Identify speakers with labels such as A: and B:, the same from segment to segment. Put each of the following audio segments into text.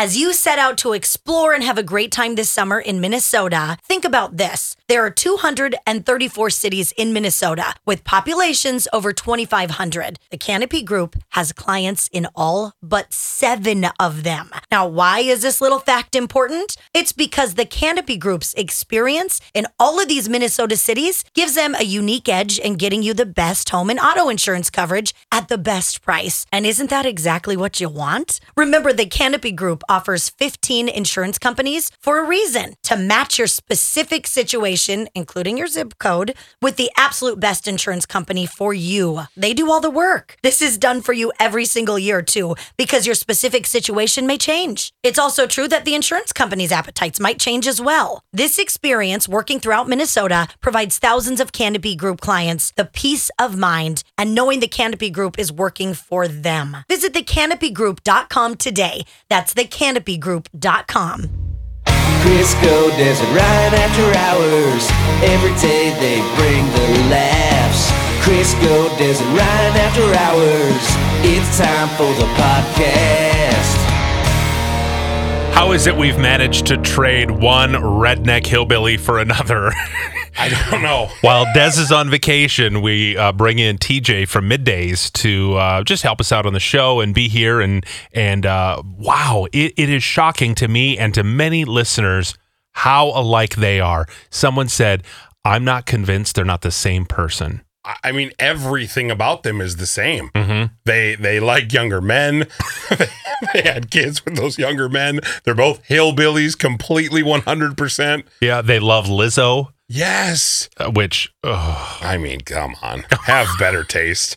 A: As you set out to explore and have a great time this summer in Minnesota, think about this. There are 234 cities in Minnesota with populations over 2,500. The Canopy Group has clients in all but seven of them. Now, why is this little fact important? It's because the Canopy Group's experience in all of these Minnesota cities gives them a unique edge in getting you the best home and auto insurance coverage at the best price. And isn't that exactly what you want? Remember, the Canopy Group offers 15 insurance companies for a reason to match your specific situation, including your zip code, with the absolute best insurance company for you. They do all the work. This is done for you every single year, too, because your specific situation may change. It's also true that the insurance company's appetites might change as well. This experience working throughout Minnesota provides thousands of Canopy Group clients the peace of mind and knowing the Canopy Group is working for them. Visit thecanopygroup.com today. That's thecanopygroup.com.
B: Crisco does it right after hours. Every day they bring the laughs. Crisco does it right after hours. It's time for the podcast.
C: How is it we've managed to trade one redneck hillbilly for another? I don't know. While Des is on vacation, we uh, bring in TJ from Middays to uh, just help us out on the show and be here. And and uh, wow, it, it is shocking to me and to many listeners how alike they are. Someone said, "I'm not convinced they're not the same person."
D: I- I mean, everything about them is the same. They they like younger men. they had kids with those younger men. They're both hillbillies, completely one hundred percent.
C: Yeah, they love Lizzo,
D: Yes.
C: uh, which ugh.
D: I mean, come on, have better taste.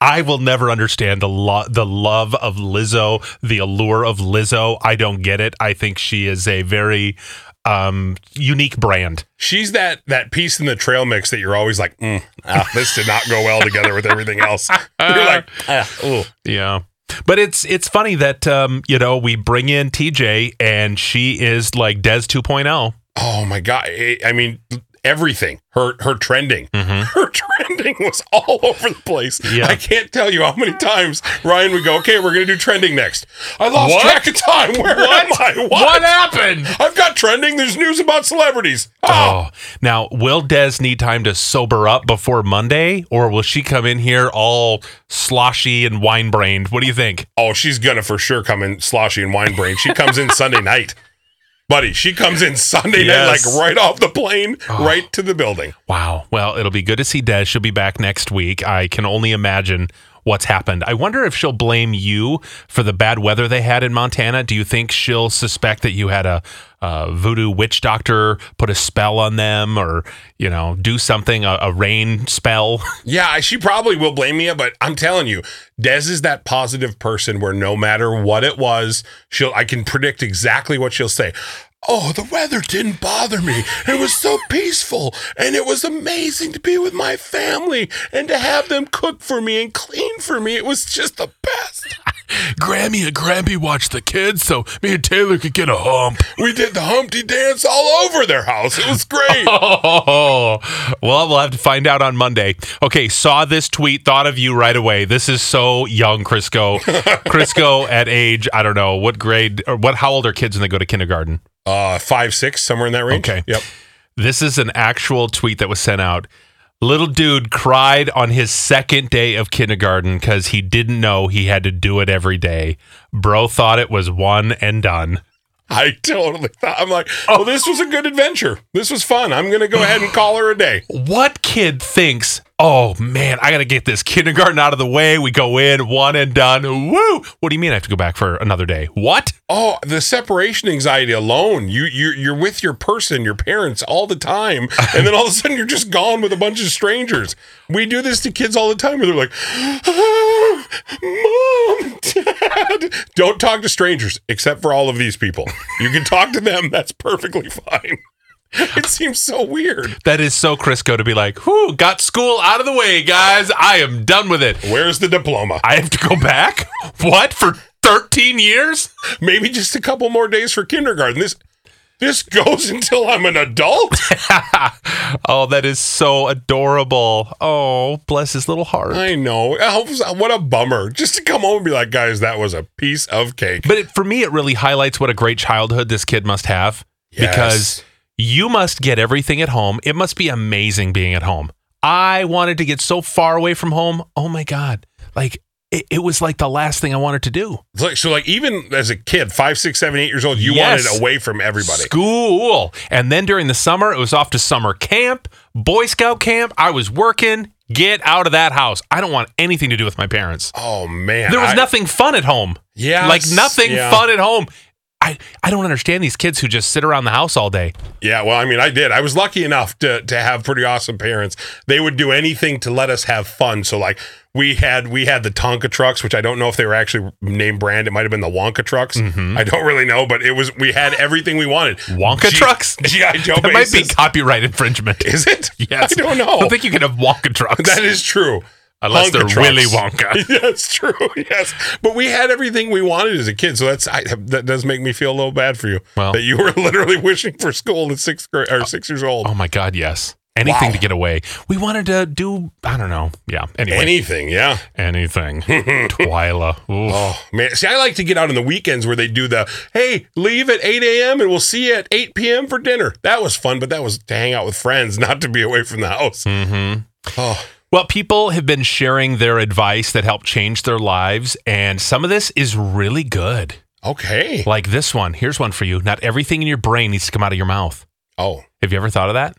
C: I will never understand the lo- the love of Lizzo, the allure of Lizzo. I don't get it. I think she is a very um, unique brand.
D: She's that that piece in the trail mix that you're always like, mm, ah, this did not go well together with everything else. You're like, ah, ooh.
C: Yeah. But it's it's funny that um, you know we bring in TJ and she is like Des 2.0.
D: oh my god! I- I mean, everything her her trending, her trending was all over the place.
C: Yeah.
D: I can't tell you how many times Ryan would go, "Okay, we're gonna do trending next." I lost
C: What? Oh.
D: track of time. Where am I? What?
C: happened?
D: I've got trending. There's news about celebrities. Oh,
C: Oh, now will Des need time to sober up before Monday, or will she come in here all sloshy and wine brained? What do you think?
D: oh, she's gonna for sure come in sloshy and wine brain. She comes in Sunday night. Buddy, she comes in Sunday
C: Yes.
D: night, like right off the plane, right to the building.
C: Wow. Well, it'll be good to see Des. She'll be back next week. I can only imagine what's happened. I wonder if she'll blame you for the bad weather they had in Montana. Do you think she'll suspect that you had a, uh voodoo witch doctor put a spell on them or, you know, do something, a, a rain spell?
D: Yeah, I- she probably will blame me, but I'm telling you, Des is that positive person where no matter what it was, she'll I can predict exactly what she'll say. Oh, the weather didn't bother me. It was so peaceful, and it was amazing to be with my family and to have them cook for me and clean for me. It was just the best.
C: Grammy and Grampy watched the kids so me and Taylor could get a hump.
D: We did the Humpty dance all over their house. It was great.
C: Oh, well, we'll have to find out on Monday. Okay, saw this tweet, thought of you right away. This is so young, Crisco. Crisco at age, I don't know, what grade or what how old are kids when they go to kindergarten?
D: Uh, five, six, somewhere in that range.
C: Okay.
D: Yep.
C: This is an actual tweet that was sent out. Little dude cried on his second day of kindergarten because he didn't know he had to do it every day. Bro thought it was one and done.
D: I totally thought I'm like, oh, this was a good adventure. This was fun. I'm gonna go ahead and call her a day.
C: what kid thinks, oh man, I got to get this kindergarten out of the way. We go in, one and done. Woo! What do you mean I have to go back for another day? What?
D: Oh, the separation anxiety alone. You you you're with your person, your parents all the time, and then all of a sudden you're just gone with a bunch of strangers. We do this to kids all the time where they're like, "Ah, "Mom, Dad, don't talk to strangers except for all of these people. You can talk to them, that's perfectly fine." It seems so weird.
C: That is so Crisco to be like, whoo, got school out of the way, guys. I am done with it.
D: Where's the diploma?
C: I have to go back? what? For 13 years?
D: Maybe just a couple more days for kindergarten. This This goes until I'm an adult.
C: oh, that is so adorable. Oh, bless his little heart.
D: I know. I hope- What a bummer. Just to come home and be like, guys, that was a piece of cake.
C: But it, for me, it really highlights what a great childhood this kid must have because
D: Yes.
C: you must get everything at home. It must be amazing being at home. I wanted to get so far away from home. Oh my God. Like, it, it was like the last thing I wanted to do.
D: It's like- so, like, even as a kid, five, six, seven, eight years old, you
C: Yes.
D: wanted away from everybody.
C: School. And then during the summer, it was off to summer camp, Boy Scout camp. I was working. Get out of that house. I don't want anything to do with my parents.
D: Oh man,
C: There was
D: I-
C: nothing fun at home.
D: Yes,
C: like nothing
D: yeah.
C: fun at home. I, I don't understand these kids who just sit around the house all day.
D: Yeah, well, I mean, I did. I was lucky enough to to have pretty awesome parents. They would do anything to let us have fun. So like we had we had the Tonka trucks, which I don't know if they were actually name brand. It might have been the Wonka trucks. I don't really know, but it was we had everything we wanted.
C: Mm-hmm. Wonka
D: G-
C: trucks?
D: GI Joe
C: That might be
D: bases.
C: copyright infringement.
D: Is it?
C: Yes.
D: I don't
C: I
D: know.
C: don't think you can have Wonka trucks.
D: that is true.
C: Unless
D: Wonka
C: they're
D: trucks.
C: Willy Wonka.
D: That's true. Yes, but we had everything we wanted as a kid, so that's I, that does make me feel a little bad for you
C: Well.
D: that you were literally wishing for school at sixth grade or six years old.
C: Oh my God, yes. Anything
D: Wow.
C: to get away. We wanted to do, I don't know. Yeah. Anyway,
D: Anything, yeah.
C: anything. Twyla. Oof.
D: Oh man, see, I like to get out on the weekends where they do the hey, leave at eight a.m. and we'll see you at eight p.m. for dinner. That was fun, but that was to hang out with friends, not to be away from the house.
C: Hmm.
D: Oh,
C: Mm-hmm. Well, people have been sharing their advice that helped change their lives, and some of this is really good.
D: okay.
C: Like this one. Here's one for you. Not everything in your brain needs to come out of your mouth.
D: Oh
C: Have you ever thought of that?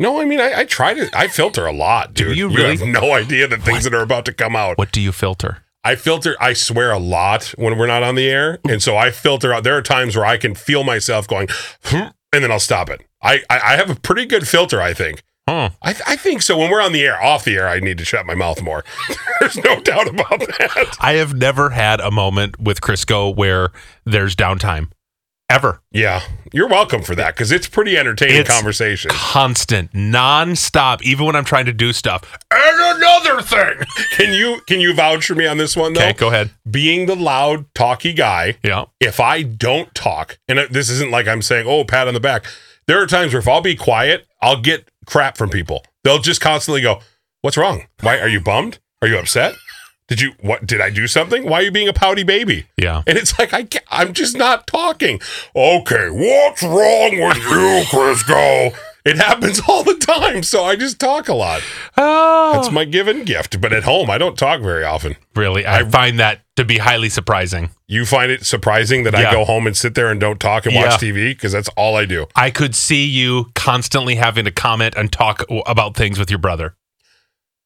D: no, I mean, I, I try to, I filter a lot,
C: Do
D: dude.
C: you really?
D: have no idea the things that are about to come out.
C: What do you filter?
D: I filter, I swear a lot when we're not on the air, and so I filter out. There are times where I can feel myself going, "Hmm," and then I'll stop it. I, I, I have a pretty good filter, I think.
C: Huh.
D: I, th- I think so. When we're on the air, off the air, I need to shut my mouth more. There's no doubt about that.
C: I have never had a moment with Crisco where there's downtime. Ever.
D: Yeah, you're welcome for that because it's pretty entertaining
C: It's-
D: conversation.
C: Constant, nonstop, even when I'm trying to do stuff.
D: And another thing, can you can you vouch for me on this one though?
C: Okay, go ahead.
D: Being the loud, talky guy,
C: Yeah.
D: if I don't talk, and it- this isn't like I'm saying, oh, pat on the back. There are times where if I'll be quiet, I'll get crap from people. They'll just constantly go, "What's wrong? Why are you bummed? Are you upset? Did you what? Did I do something? Why are you being a pouty baby?"
C: Yeah.
D: And it's like, I can't, I'm just not talking. Okay, what's wrong with you, Crisco? It happens all the time, so I just talk a lot. That's
C: Oh,
D: my given gift. But at home, I don't talk very often.
C: really, I, find that to be highly surprising.
D: You find it surprising that
C: Yeah.
D: I go home and sit there and don't talk and
C: Yeah.
D: watch TV because that's all I do.
C: I could see you constantly having to comment and talk w- about things with your brother.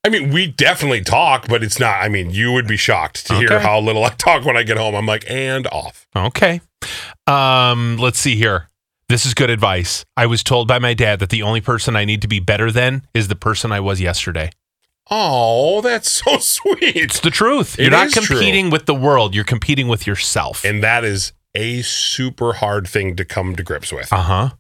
D: I mean, we definitely talk, but it's not. I mean, you would be shocked to hear
C: Okay.
D: how little I talk when I get home. I'm like, and off.
C: Okay. Um, let's see here. This is good advice. I was told by my dad that the only person I need to be better than is the person I was yesterday.
D: Oh, that's so
C: It's
D: sweet.
C: the truth.
D: It
C: You're not
D: is true.
C: competing with the world, you're competing with yourself.
D: And that is a super hard thing to come to grips with.
C: Uh huh.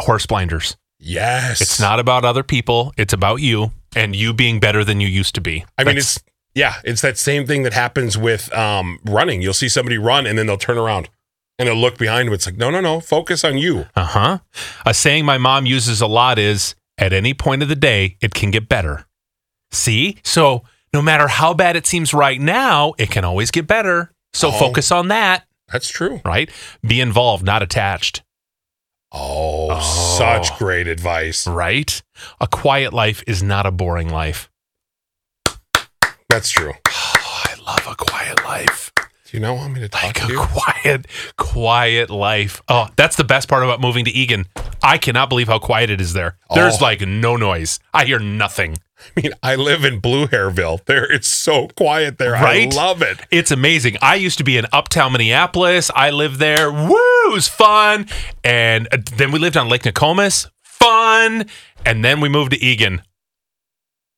C: Horse blinders.
D: Yes.
C: It's not about other people, it's about you and you being better than you used to be.
D: I mean,
C: That's-
D: it's yeah, it's that same thing that happens with um, running. You'll see somebody run and then they'll turn around and they'll look behind. It's like, no, no, no, focus on you.
C: Uh huh. A saying my mom uses a lot is at any point of the day, it can get better. See? So no matter how bad it seems right now, it can always get better. So
D: Oh.
C: focus on that,
D: That's true.
C: right? Be involved, not attached,
D: Oh,
C: Oh.
D: such great advice.
C: right? A quiet life is not a boring life.
D: That's true.
C: Oh, I love a quiet life.
D: Do you know how many to talk
C: Like
D: to?
C: a
D: you?
C: quiet, quiet life. Oh, that's the best part about moving to Egan. I cannot believe how quiet it is there. There's
D: Oh.
C: like no noise. I hear nothing.
D: I mean, I live in Blue Hairville. There, it's so quiet there.
C: Right?
D: I love it.
C: It's amazing. I used to be in uptown Minneapolis. I lived there. Woo, it was fun. And uh, then we lived on Lake Nokomis. Fun. And then we moved to Egan.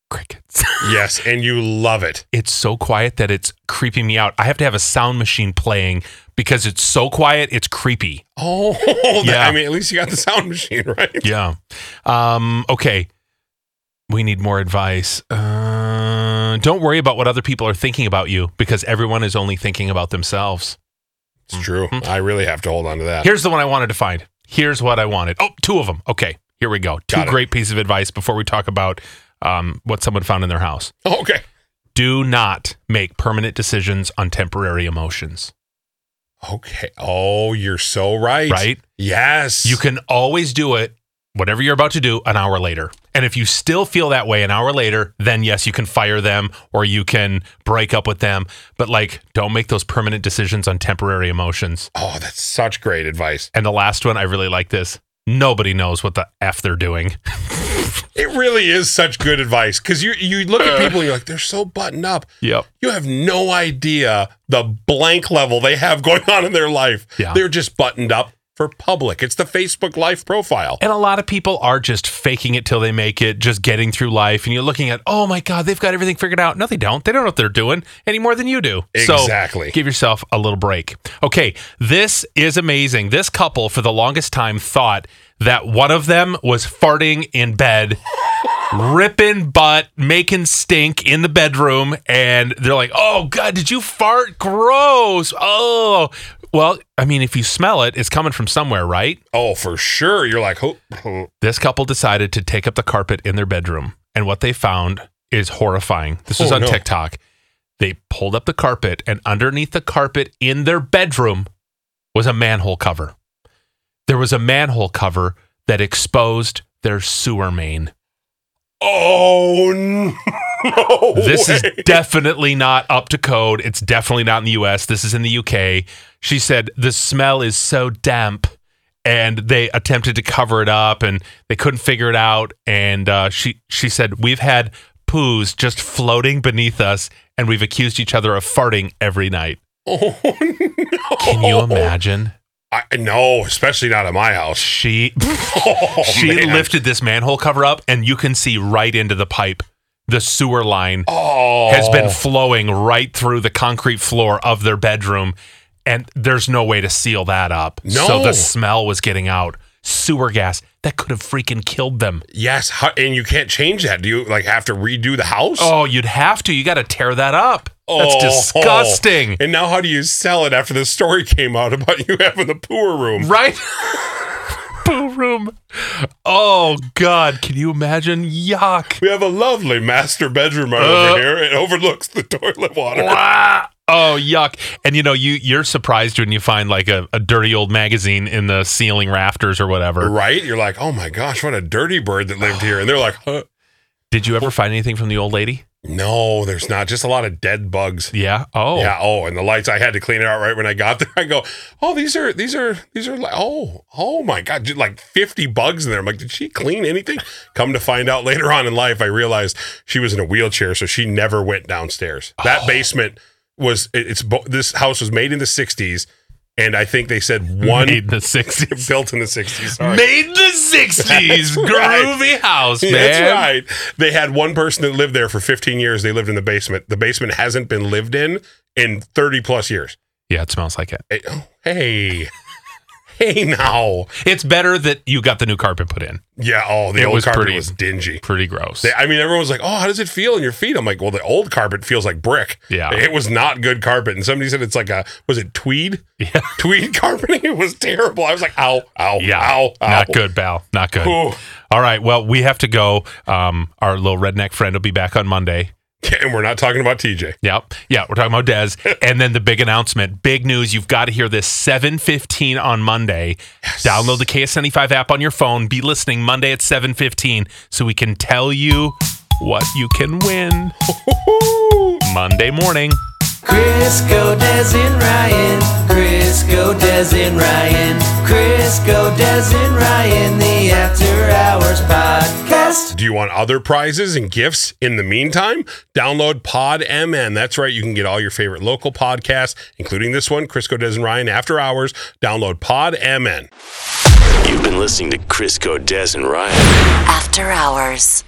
C: Crickets.
D: Yes, and you love it.
C: it's so quiet that it's creeping me out. I have to have a sound machine playing because it's so quiet, it's creepy.
D: Oh,
C: Yeah.
D: I mean, at least you got the sound machine right.
C: Yeah. Um, okay. We need more advice. Uh, don't worry about what other people are thinking about you because everyone is only thinking about themselves. Mm-hmm.
D: It's true. I really have to hold on to that.
C: Here's the one I wanted to find. Here's what I wanted. Oh, two of them. Okay, here we go. Two
D: Got it.
C: great pieces of advice before we talk about um, what someone found in their house.
D: Okay.
C: Do not make permanent decisions on temporary emotions.
D: Okay. Oh, you're so right.
C: Right?
D: Yes.
C: You can always do it, whatever you're about to do, an hour later. And if you still feel that way an hour later, then yes, you can fire them or you can break up with them. But like, don't make those permanent decisions on temporary emotions.
D: Oh, that's such great advice.
C: And the last one, I really like this. Nobody knows what the F they're doing.
D: It really is such good advice because you you look at people and you're like, they're so buttoned up.
C: Yep.
D: You have no idea the blank level they have going on in their life.
C: Yeah.
D: They're just buttoned up for public. It's the Facebook life profile.
C: And a lot of people are just faking it till they make it, just getting through life. And you're looking at, oh my God, they've got everything figured out. No, they don't. They don't know what they're doing any more than you do.
D: Exactly.
C: So give yourself a little break. Okay, this is amazing. This couple, for the longest time, thought that one of them was farting in bed. Ripping butt, making stink in the bedroom, and they're like, "Oh God, did you fart? Gross! Oh, well, I mean, if you smell it, it's coming from somewhere, right?
D: Oh, for sure. You're like, oh, oh,
C: This couple decided to take up the carpet in their bedroom, and what they found is horrifying. This was
D: Oh,
C: on
D: no.
C: TikTok. They pulled up the carpet, and underneath the carpet in their bedroom was a manhole cover. There was a manhole cover that exposed their sewer main.
D: oh no.
C: This is
D: way.
C: definitely not up to code. It's definitely not in the US. This is in the UK. She said the smell is so damp and they attempted to cover it up and they couldn't figure it out and uh, she she said we've had poos just floating beneath us and we've accused each other of farting every night.
D: Oh no.
C: Can you imagine?
D: I, no, especially not at my house.
C: She
D: Oh,
C: she
D: man.
C: lifted this manhole cover up and you can see right into the pipe. The sewer line
D: Oh.
C: has been flowing right through the concrete floor of their bedroom, and there's no way to seal that up. So
D: No.
C: the smell was getting out. Sewer gas that could have freaking killed them.
D: Yes, how, and you can't change that. Do you like have to redo the house?
C: Oh, you'd have to. You got to tear that up.
D: Oh.
C: That's disgusting.
D: And now, how do you sell it after the story came out about you having the poor room?
C: Right? Poo room. Oh, God. Can you imagine? Yuck.
D: We have a lovely master bedroom right
C: Uh.
D: over here. It overlooks the toilet water.
C: Wah! Oh yuck! And you know you you're surprised when you find like a, a dirty old magazine in the ceiling rafters or whatever.
D: Right? You're like, oh my gosh, what a dirty bird that lived here. And they're like, huh?
C: Did you ever find anything from the old lady?
D: no, there's not. Just a lot of dead bugs.
C: Yeah. Oh.
D: Yeah. Oh, and the lights. I had to clean it out right when I got there. I go, oh, these are these are these are like, oh, oh my god, dude, like fifty bugs in there. I'm like, did she clean anything? Come to find out later on in life, I realized she was in a wheelchair, so she never went downstairs. That
C: Oh.
D: basement was it- it's bo- this house was made in the '60s, and I think they said one
C: Made in the 60s.
D: built in the '60s. Sorry.
C: Made in the 60s.
D: That's right.
C: Groovy house, man.
D: That's right. They had one person that lived there for 15 years. They lived in the basement. The basement hasn't been lived in in 30 plus years.
C: Yeah, it smells like it.
D: Hey, oh, hey, hey now.
C: It's better that you got the new carpet put in.
D: Yeah, oh, the
C: It
D: old
C: was
D: carpet
C: pretty-
D: was dingy.
C: Pretty gross.
D: They- I mean, everyone's like, "Oh, how does it feel in your feet?" I'm like, "Well, the old carpet feels like brick."
C: Yeah.
D: it was not good carpet. And somebody said it's like a was it tweed?
C: Yeah.
D: tweed carpeting. It was terrible. I was like, "Ow, ow,
C: yeah.
D: ow, ow."
C: Not good, pal. Not good.
D: Ooh.
C: All right. Well, we have to go. Um, our little redneck friend will be back on Monday.
D: Yeah, And we're not talking about TJ.
C: Yep. Yeah, we're talking about Dez. and then the big announcement. Big news. You've got to hear this 715 on Monday. Download the KS95 E app on your phone. Be listening Monday at 715 so we can tell you what you can win Monday morning.
B: Crisco Des and Ryan. Crisco Des and Ryan. Crisco Des and Ryan. The After Hours Podcast.
D: Do you want other prizes and gifts in the meantime? Download Pod MN. That's right. You can get all your favorite local podcasts, including this one, Crisco Des and Ryan After Hours. Download Pod MN.
E: You've been listening to Crisco, Des, and Ryan.
F: After Hours.